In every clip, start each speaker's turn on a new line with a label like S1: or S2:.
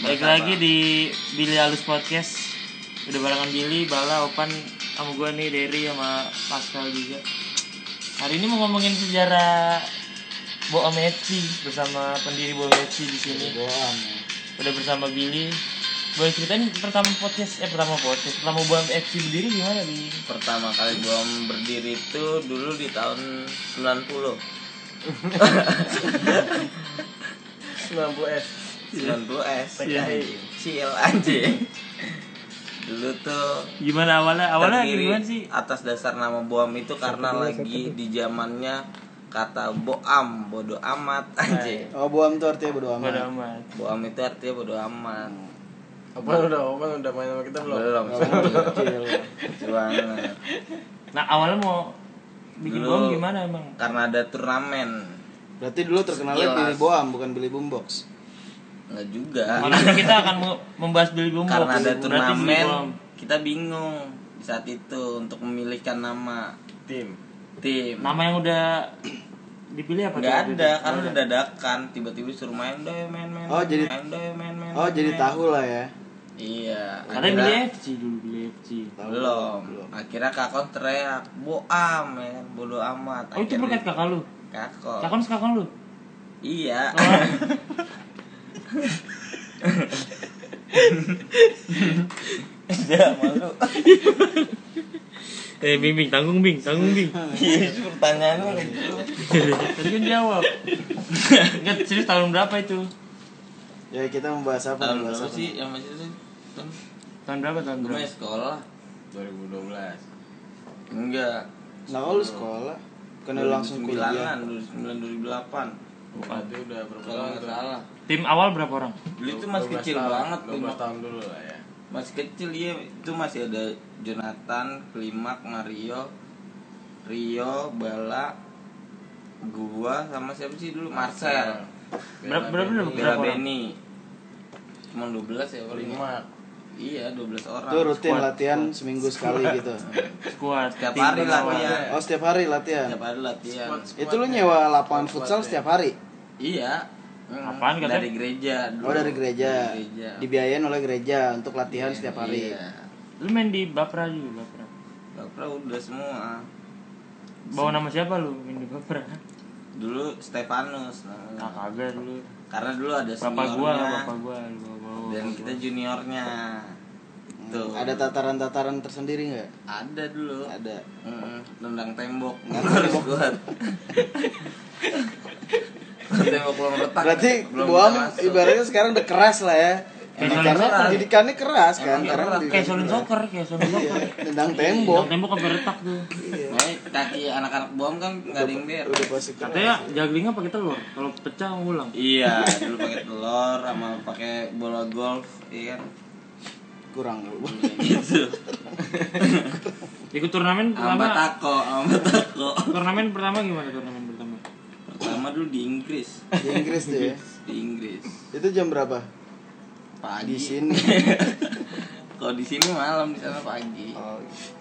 S1: Baik lagi di Billy Alus Podcast. Udah barengan Billy, Bala, Opan, sama gue nih, Derry, sama Pascal juga. Hari ini mau ngomongin sejarah Bo Ameci bersama pendiri Bo Ameci di sini.
S2: doang
S1: Udah bersama Billy. Boleh ceritain pertama podcast, eh pertama podcast, pertama Bo Ameci berdiri gimana di?
S3: pertama kali bom berdiri itu dulu di tahun 90
S2: 90 S
S1: Iya.
S3: 90 S
S2: PKI.
S3: Cil anjing dulu tuh
S1: Gimana awalnya? Awalnya
S3: terdiri
S1: gimana sih?
S3: atas dasar nama boam itu karena lagi di zamannya kata boam bodoh amat
S1: Nah.
S3: anjing
S2: oh buam tuh artinya bodo amat
S1: Bodo amat.
S3: boam itu artinya bodoh amat
S4: Apa udah Opan udah main sama kita belum?
S3: belum
S2: Kecil.
S3: banget
S1: Nah awalnya mau bikin
S3: Dulu-
S1: Bo Am gimana emang?
S3: karena ada turnamen
S2: berarti dulu terkenalnya
S3: Jelas.
S2: Billy Boam bukan Billy Boombox
S3: nggak juga
S1: Malam ini kita akan mau membahas Billy Boom
S3: karena ada
S1: Berarti Billy
S3: turnamen
S1: Boom.
S3: kita bingung di saat itu untuk memilihkan nama
S4: Tim.
S3: tim
S1: Nama yang udah dipilih apa?
S3: nggak
S1: tuh?
S3: ada karena udah dadakan tiba-tiba suruh main deh main main
S2: Oh,
S3: main,
S2: jadi-
S3: main deh main main
S2: oh
S3: main,
S2: jadi
S3: main.
S2: tahu lah ya
S3: iya
S1: Ada
S3: akhirnya-
S1: Billy FC dulu Billy FC.
S2: Tahu.
S3: belum
S2: Belum.
S3: akhirnya kakon teriak boam ya kan bodo
S1: Oh
S3: amat
S1: itu
S3: Akhirnya
S1: berkat kakak lu.
S3: kakon
S1: Kakak lu kakak lu.
S3: iya
S1: Oh.
S3: Iya, malu.
S1: Eh bimbing tanggung bing tanggung bing.
S3: Iya, itu pertanyaannya gitu.
S1: Tadi kan jawab. Enggak serius tahun berapa itu?
S2: ya kita membahas apa
S3: Tahun
S2: membahas
S3: berapa
S2: apa?
S3: sih yang masih itu? Tahun-
S1: Tahun berapa tahun
S3: Gue
S1: berapa?
S3: main sekolah.
S4: 2012.
S3: Enggak.
S2: nah kalau lu sekolah kan lu langsung kuliah
S3: 2009-an, 2008.
S4: Berarti udah berapa
S3: Kalau
S4: tahun
S3: nggak
S4: tuh?
S3: salah.
S1: Tim awal berapa orang?
S3: Dulu itu masih
S4: 12
S3: kecil
S4: tahun,
S3: banget,
S4: 12
S3: lima-
S4: tahun dulu lah ya.
S3: masih kecil ya. Itu masih ada Jonathan, Klimak, Mario, Rio, Bala, gua sama siapa sih dulu
S4: Iya.
S3: Marcel,
S1: Berapa berapa berapa,
S3: Bella
S1: berapa orang?
S3: Beni. Cuma 12 ya paling.
S4: Lima.
S3: Iya, 12 orang.
S2: itu rutin
S1: Squad.
S2: latihan seminggu sekali gitu
S1: Squad.
S3: Setiap
S1: tim
S3: hari iya.
S1: pertama.
S3: latihan.
S2: oh setiap hari latihan
S3: Setiap hari latihan.
S4: Squad-
S2: itu lu nyewa lapangan
S4: Squad
S2: futsal
S4: ya.
S2: setiap hari
S3: Iya. Hmm,
S1: Apaan katanya?
S3: Dari gereja. dulu.
S2: oh dari gereja
S3: Dari gereja.
S2: dibiayain oleh gereja untuk latihan setiap hari
S3: Iya.
S1: Lu main di Bapra juga Bapra.
S3: Bapra udah semua.
S1: Bawa nama siapa lu main di Bapra?
S3: Nah. Dulu Stefanus namanya.
S1: Kakak gue dulu.
S3: Karena dulu ada
S1: Bapak
S3: seniornya
S1: gua, bapak gua lu bawa-bawa.
S3: dan kita juniornya. Tuh.
S2: Hmm. ada tataran-tataran tersendiri nggak
S3: Ada dulu.
S2: ada
S3: Mm, nendang tembok. harus kuat. tembok belum retak.
S2: Berarti
S3: belum
S2: buam
S3: bisa masuk.
S2: ibaratnya sekarang udah keras lah ya.
S1: Emang
S2: Emang karena
S1: keras.
S2: pendidikannya keras kan,
S3: Emang
S2: karena
S3: keras.
S1: kayak
S2: pendidikan
S1: solin
S2: keras.
S1: soccer, kayak solin
S2: Iya,
S1: soccer.
S2: tendang
S1: Tembok
S2: tembok.
S1: tembok sampai retak tuh.
S3: Makanya kaki anak-anak buam kan nggak ada yang beres.
S2: Udah pasti keras.
S1: Katanya jaglingnya pakai telur, kalau pecah ngulang.
S3: Iya, dulu pakai telur sama pakai bola golf, iya kan?
S2: kurang lu.
S3: Gitu.
S1: Ikut turnamen
S3: Sama
S1: pertama.
S3: tako, sama tako.
S1: Turnamen pertama gimana turnamen pertama?
S3: Pertama dulu di Inggris,
S2: Di Inggris tuh ya.
S3: di Inggris.
S2: Itu jam berapa?
S3: Pagi.
S2: Di sini.
S3: Kalau di sini malam, di sana pagi.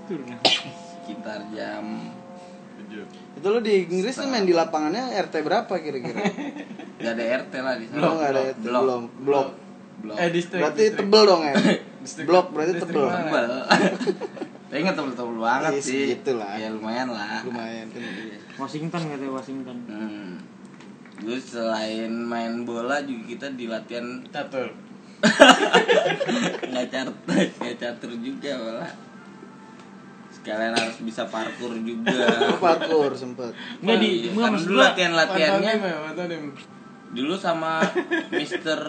S1: Turnamen.
S3: Sekitar jam
S4: Tujuh.
S2: Itu lu di Inggris tuh main di lapangannya RT berapa kira-kira?
S3: nggak ada RT lah di sana.
S2: Belum enggak ada RT,
S3: Blok.
S2: belum. Blok.
S3: Blok.
S4: Eh distrik.
S2: Berarti
S4: distrik.
S2: tebel dong ya.
S4: Distrik-
S2: Blok berarti
S4: distrik
S2: tebel.
S4: mana?
S3: Tebel. Tapi nggak tebel-tebel banget
S2: Iya,
S3: sih.
S2: segitu lah.
S3: Ya lumayan lah. Iya.
S2: Lumayan kan.
S1: Washington katanya Washington.
S3: Hmm. Terus selain main bola juga kita di latihan
S4: Catur.
S3: nggak catur nggak catur juga malah sekalian harus bisa parkur juga
S2: Parkur sempet
S1: Enggak di
S3: Iya,
S1: enggak
S3: kan
S1: maksud
S3: dulu
S1: gua.
S3: latihan latihannya
S4: Pantonim ya, pantonim.
S3: dulu sama Mister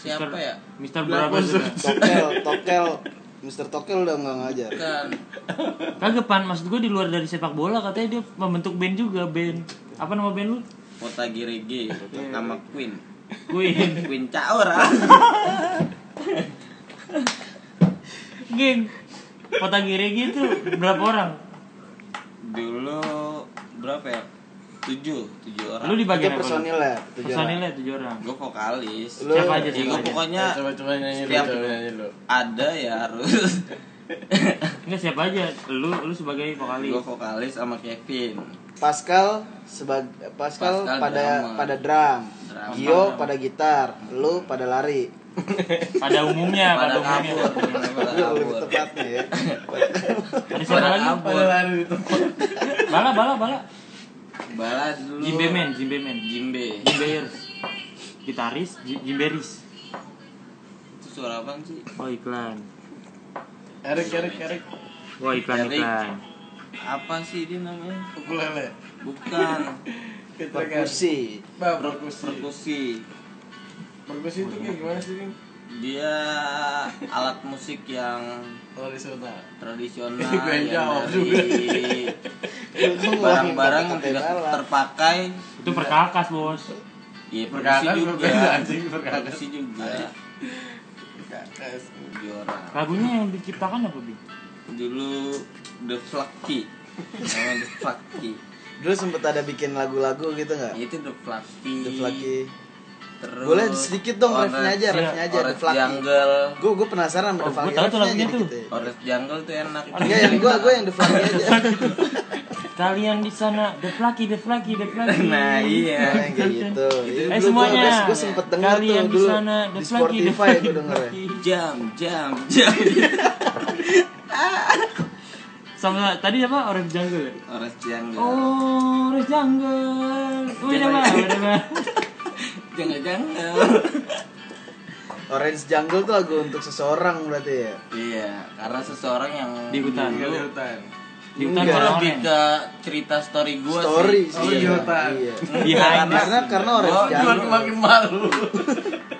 S3: siapa ya
S1: Mister berapa juga?
S2: Tokel, Tokel. Mr. Tokel udah nggak ngajar.
S3: kan
S1: Kagak pan, maksud gua di luar dari sepak bola katanya dia membentuk band juga, band. Apa nama band lu?
S3: kota Girege
S4: Iya.
S3: sama Queen
S1: Queen.
S3: Queen Caur ah.
S1: Geng. Kota Giri gitu berapa orang?
S3: dulu berapa ya tujuh tujuh orang
S1: Lu di
S2: Itu
S1: bagian apa? lu?
S2: personil ya, tujuh orang.
S1: Personilnya tujuh orang.
S3: gue vokalis
S2: Lu-
S1: Siapa aja
S3: ya
S1: sih?
S3: gue
S4: Ya,
S3: pokoknya
S4: coba coba nyanyi lu,
S3: Setiap-
S4: coba nyanyi lu.
S3: ada ya harus
S1: Enggak siapa aja. Lu lu sebagai vokalis.
S3: gue vokalis sama Kevin
S2: Pascal sebagai Pascal,
S3: Pascal
S2: pada
S3: drama.
S2: pada drum,
S3: Drama.
S2: Gio pada gitar, lu pada lari.
S1: pada umumnya pada,
S3: pada
S1: umumnya
S3: kabur pada
S2: Iya, Lebih
S3: kabur
S2: tepatnya ya.
S1: Ada siapa
S3: pada
S1: lagi
S3: kabur
S1: bala bala bala
S3: bala dulu
S1: Jimbe Man Jimbe Man
S3: Jimbe
S1: Jimbeers gitaris J- Jimberis
S3: itu suara apa sih
S1: oh iklan
S4: Erik, Erik, Erik.
S1: wah iklan
S3: Erik.
S1: iklan
S3: apa sih dia namanya
S4: Ukulele.
S3: bukan Iya kan?
S2: Perkusi.
S4: Bah, perkusi.
S3: perkusi
S4: Perkusi itu kayak gimana sih, Bing?
S3: dia alat musik yang
S4: Tradisional.
S3: tradisional
S4: Gue yang jawab
S3: yang
S4: juga.
S3: dari
S2: Lu ngomongin
S3: barang-barang yang
S2: kata-kata
S3: tidak
S2: bala.
S3: terpakai
S1: itu perkakas bos
S3: Iya, perkusi
S4: Perkakas
S3: juga. Iya.
S4: berbeda, anjing, perkakas.
S3: Perkusi juga.
S4: Perkakas.
S3: Jora.
S1: lagunya yang diciptakan apa bi
S3: Dulu The Flucky. Namanya The Flucky.
S2: Dulu sempet ada bikin lagu-lagu gitu nggak?
S3: Ya, Itu The Flucky.
S2: The Flucky.
S3: Iya. Terus
S2: Boleh sedikit dong
S3: Orange-
S2: refnya aja,
S1: iya,
S2: refnya aja The
S3: Orange
S2: Flucky.
S3: Jungle.
S2: Gue gue penasaran sama
S1: Oh,
S2: The
S1: gua
S2: Flucky.
S1: tahu tuh
S2: Refnya
S1: lagunya
S2: jadi
S1: tuh.
S2: gitu ya.
S3: Orange Jungle tuh enak.
S2: Enggak yang gue gue yang The Flucky aja.
S1: kalian di sana the flaky the flaky the flaky
S3: Nah, iya.
S2: Oh, yang kayak gitu. Itu
S1: Eh,
S2: dulu gua-
S1: semuanya.
S2: Gue sempet denger
S1: Kalian
S2: tuh
S1: di
S2: dulu
S1: sana, The
S2: di
S1: Flucky, The
S2: Spotify
S1: Flucky,
S2: gue
S1: The
S2: denger.
S1: Flucky.
S3: Jam, jam, jam.
S1: sama tadi apa orang jungle ya?
S3: Orange Jungle.
S1: oh orang jungle udah mah udah mah
S3: Jungle Jungle.
S2: Orange Jungle tuh lagu untuk seseorang berarti ya.
S3: Iya, karena seseorang yang
S1: Di hutan.
S4: Tinggal di
S3: dulu-
S4: hutan.
S1: di hutan
S2: Enggak.
S3: Gue
S1: orang
S3: lebih ke cerita story gue
S2: Story
S3: sih.
S2: sih. iya.
S4: Oh, Jonathan.
S2: Iya.
S1: behind the
S2: Karena karena Orange
S3: Oh,
S4: Jual
S2: Jungle.
S4: makin malu.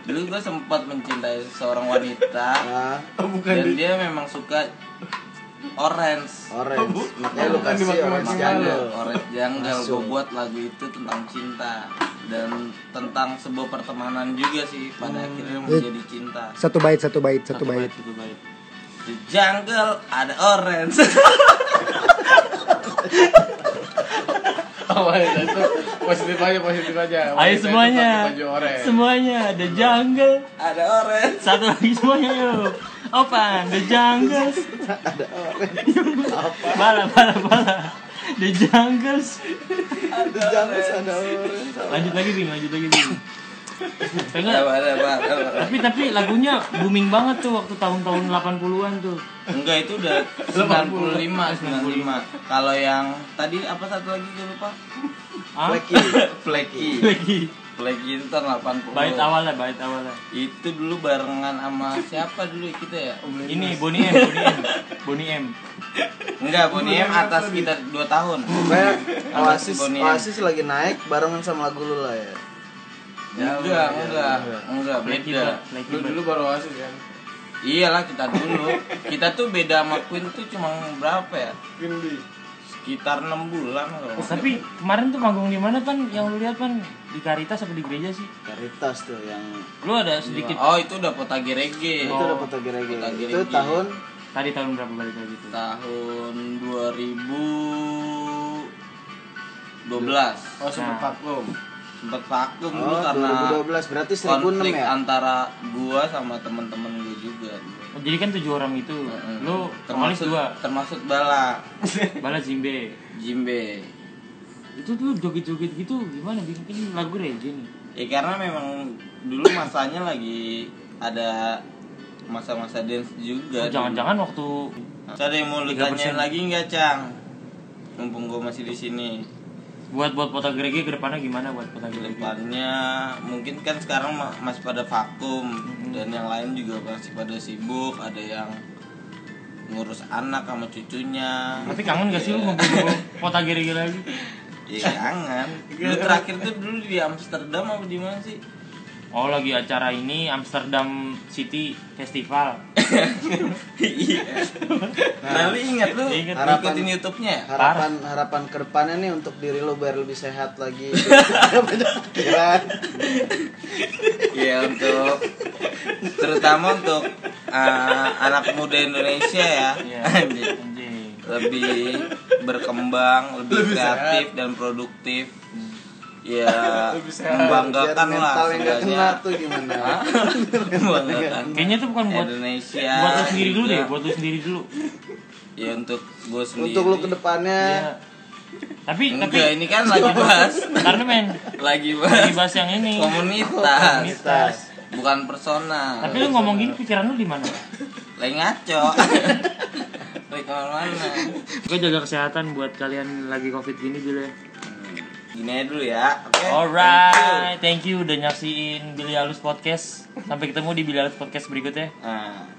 S3: Dulu gue sempat mencintai seorang wanita
S2: Ah,
S4: Oh, bukan
S3: dan
S4: di
S3: dia memang suka orange.
S2: Orange.
S4: Oh,
S2: Makanya lu
S4: bukan
S2: kasih
S4: dimakan
S2: Orange
S4: makin
S2: Jungle.
S4: malu.
S3: Orange Jungle
S2: Masuk.
S3: gue buat lagu itu tentang cinta dan tentang sebuah pertemanan juga sih pada
S4: Hmm, iya.
S3: akhirnya menjadi cinta.
S5: Satu bait, satu bait, satu, bait.
S3: Itu baik. Di jungle ada orange.
S4: awal Oh, iya, itu positif aja, positif aja.
S1: ayo semuanya
S4: Pakai baju orange.
S1: semuanya the jungle
S3: ada orange.
S1: satu lagi semuanya yuk opan the jungle
S2: Ada Orange.
S1: bala bala bala the jungles
S2: Di Jungle ada Orange.
S1: lanjut lagi bing lanjut lagi bing
S4: Iya.
S3: Ada,
S1: Enggak,
S3: ada, ada, ada.
S1: tapi tapi lagunya booming banget tuh waktu tahun-tahun 80-an tuh
S3: Enggak itu udah 95 95. Kalau yang tadi apa satu lagi gue lupa?
S1: ah
S3: Flecky.
S2: Flecky.
S1: lagi
S3: Flecky itu tahun 80.
S1: bait awalnya bait awalnya
S3: Itu dulu barengan sama siapa dulu kita ya?
S1: ini Bonnie M Bonnie M Bonnie M
S3: Enggak, Bonnie M atas kita 2 tahun.
S2: Kayak
S3: Sama si
S2: Oasis,
S3: Bonnie M.
S2: Oasis lagi naik barengan sama lagu lu lah ya.
S3: Enggak, enggak, enggak,
S1: Flecky
S3: beda.
S1: Bird, Flecky
S4: Lu
S1: Bird.
S4: dulu baru oasis kan?
S3: Iyalah kita dulu. Kita tuh beda sama Queen tuh cuma berapa ya?
S4: Mungkin di
S3: Sekitar 6 bulan kalau. nggak salah.
S1: tapi kemarin tuh panggung di mana pan yang lu lihat pan di Karitas apa di gereja sih
S2: Caritas tuh yang
S1: lu ada sedikit
S3: Oh, itu udah potage reggae.
S2: itu udah foto gere-gere.
S3: Foto
S2: Itu
S3: gere-gere.
S2: tahun
S1: tadi tahun berapa balik lagi tuh
S3: tahun 2012
S4: oh sempat
S1: Nah.
S4: vakum.
S3: sempat vakum dulu
S2: oh,
S3: karena
S2: 2012 berarti 1006
S3: konflik
S2: ya.
S3: antara gua sama temen-temen gua juga
S1: Oh, jadi kan tujuh orang itu
S3: Mm.
S1: lu pengalis
S3: termasuk
S1: dua
S3: termasuk bala
S1: balas Zimbe
S3: Jimbe
S1: itu tuh joget-joget gitu gimana bikin lagu reggae nih
S3: ya karena memang dulu masanya lagi ada masa-masa dance juga
S1: Oh, jangan-jangan waktu
S3: dulu. ada yang mau lu
S1: 3%.
S3: tanyain lagi nggak cang mumpung gua masih di sini
S1: buat buat pota gerege ke depannya gimana buat pota gerege
S3: depannya mungkin kan sekarang ma- masih pada vakum
S1: Hmm.
S3: dan yang lain juga masih pada sibuk ada yang ngurus anak sama cucunya
S1: tapi kangen gak sih lu ngumpul-ngumpul pota gerege lagi
S3: ya kangen
S1: Iya.
S3: lu terakhir tuh dulu di Amsterdam apa di mana sih
S1: oh lagi acara ini Amsterdam City Festival
S3: iya nah lu ingat lu
S1: Ingat.
S3: ngikutin YouTube-nya ya?
S2: Harapan harapan ke depannya nih untuk diri lu biar lebih sehat lagi. Banyak pikiran.
S3: Iya untuk terutama untuk eh, anak muda Indonesia ya
S1: Iya.
S3: Anjing.
S1: anjing
S3: lebih berkembang, lebih, kreatif dan produktif. Ya,
S2: Biar
S3: membanggakan lah
S2: mental yang gak kena
S3: sebenarnya.
S2: tuh gimana.
S3: Hah? membanggakan
S1: kayaknya tuh bukan buat
S3: Indonesia.
S1: buat lu sendiri dulu
S3: juga.
S1: deh buat lu sendiri dulu
S3: Ya untuk gue sendiri.
S2: Untuk lu ke depannya
S1: Iya. tapi tapi
S3: Enggak, ini kan lagi bahas,
S1: karena men lagi
S3: lagi bahas
S1: bahas yang ini
S2: Iya,
S3: komunitas.
S1: komunitas
S3: bukan personal
S1: Tapi lu ngomong gini pikiran lu di mana?
S3: lagi ngaco lagi kemana-mana
S1: Gue jaga kesehatan buat kalian lagi covid gini ya. Billy.
S3: gini aja dulu ya oke
S1: Alright, thank you udah nyaksiin Billy Alus Podcast. Sampai ketemu di Billy Alus Podcast berikutnya.
S3: Nah.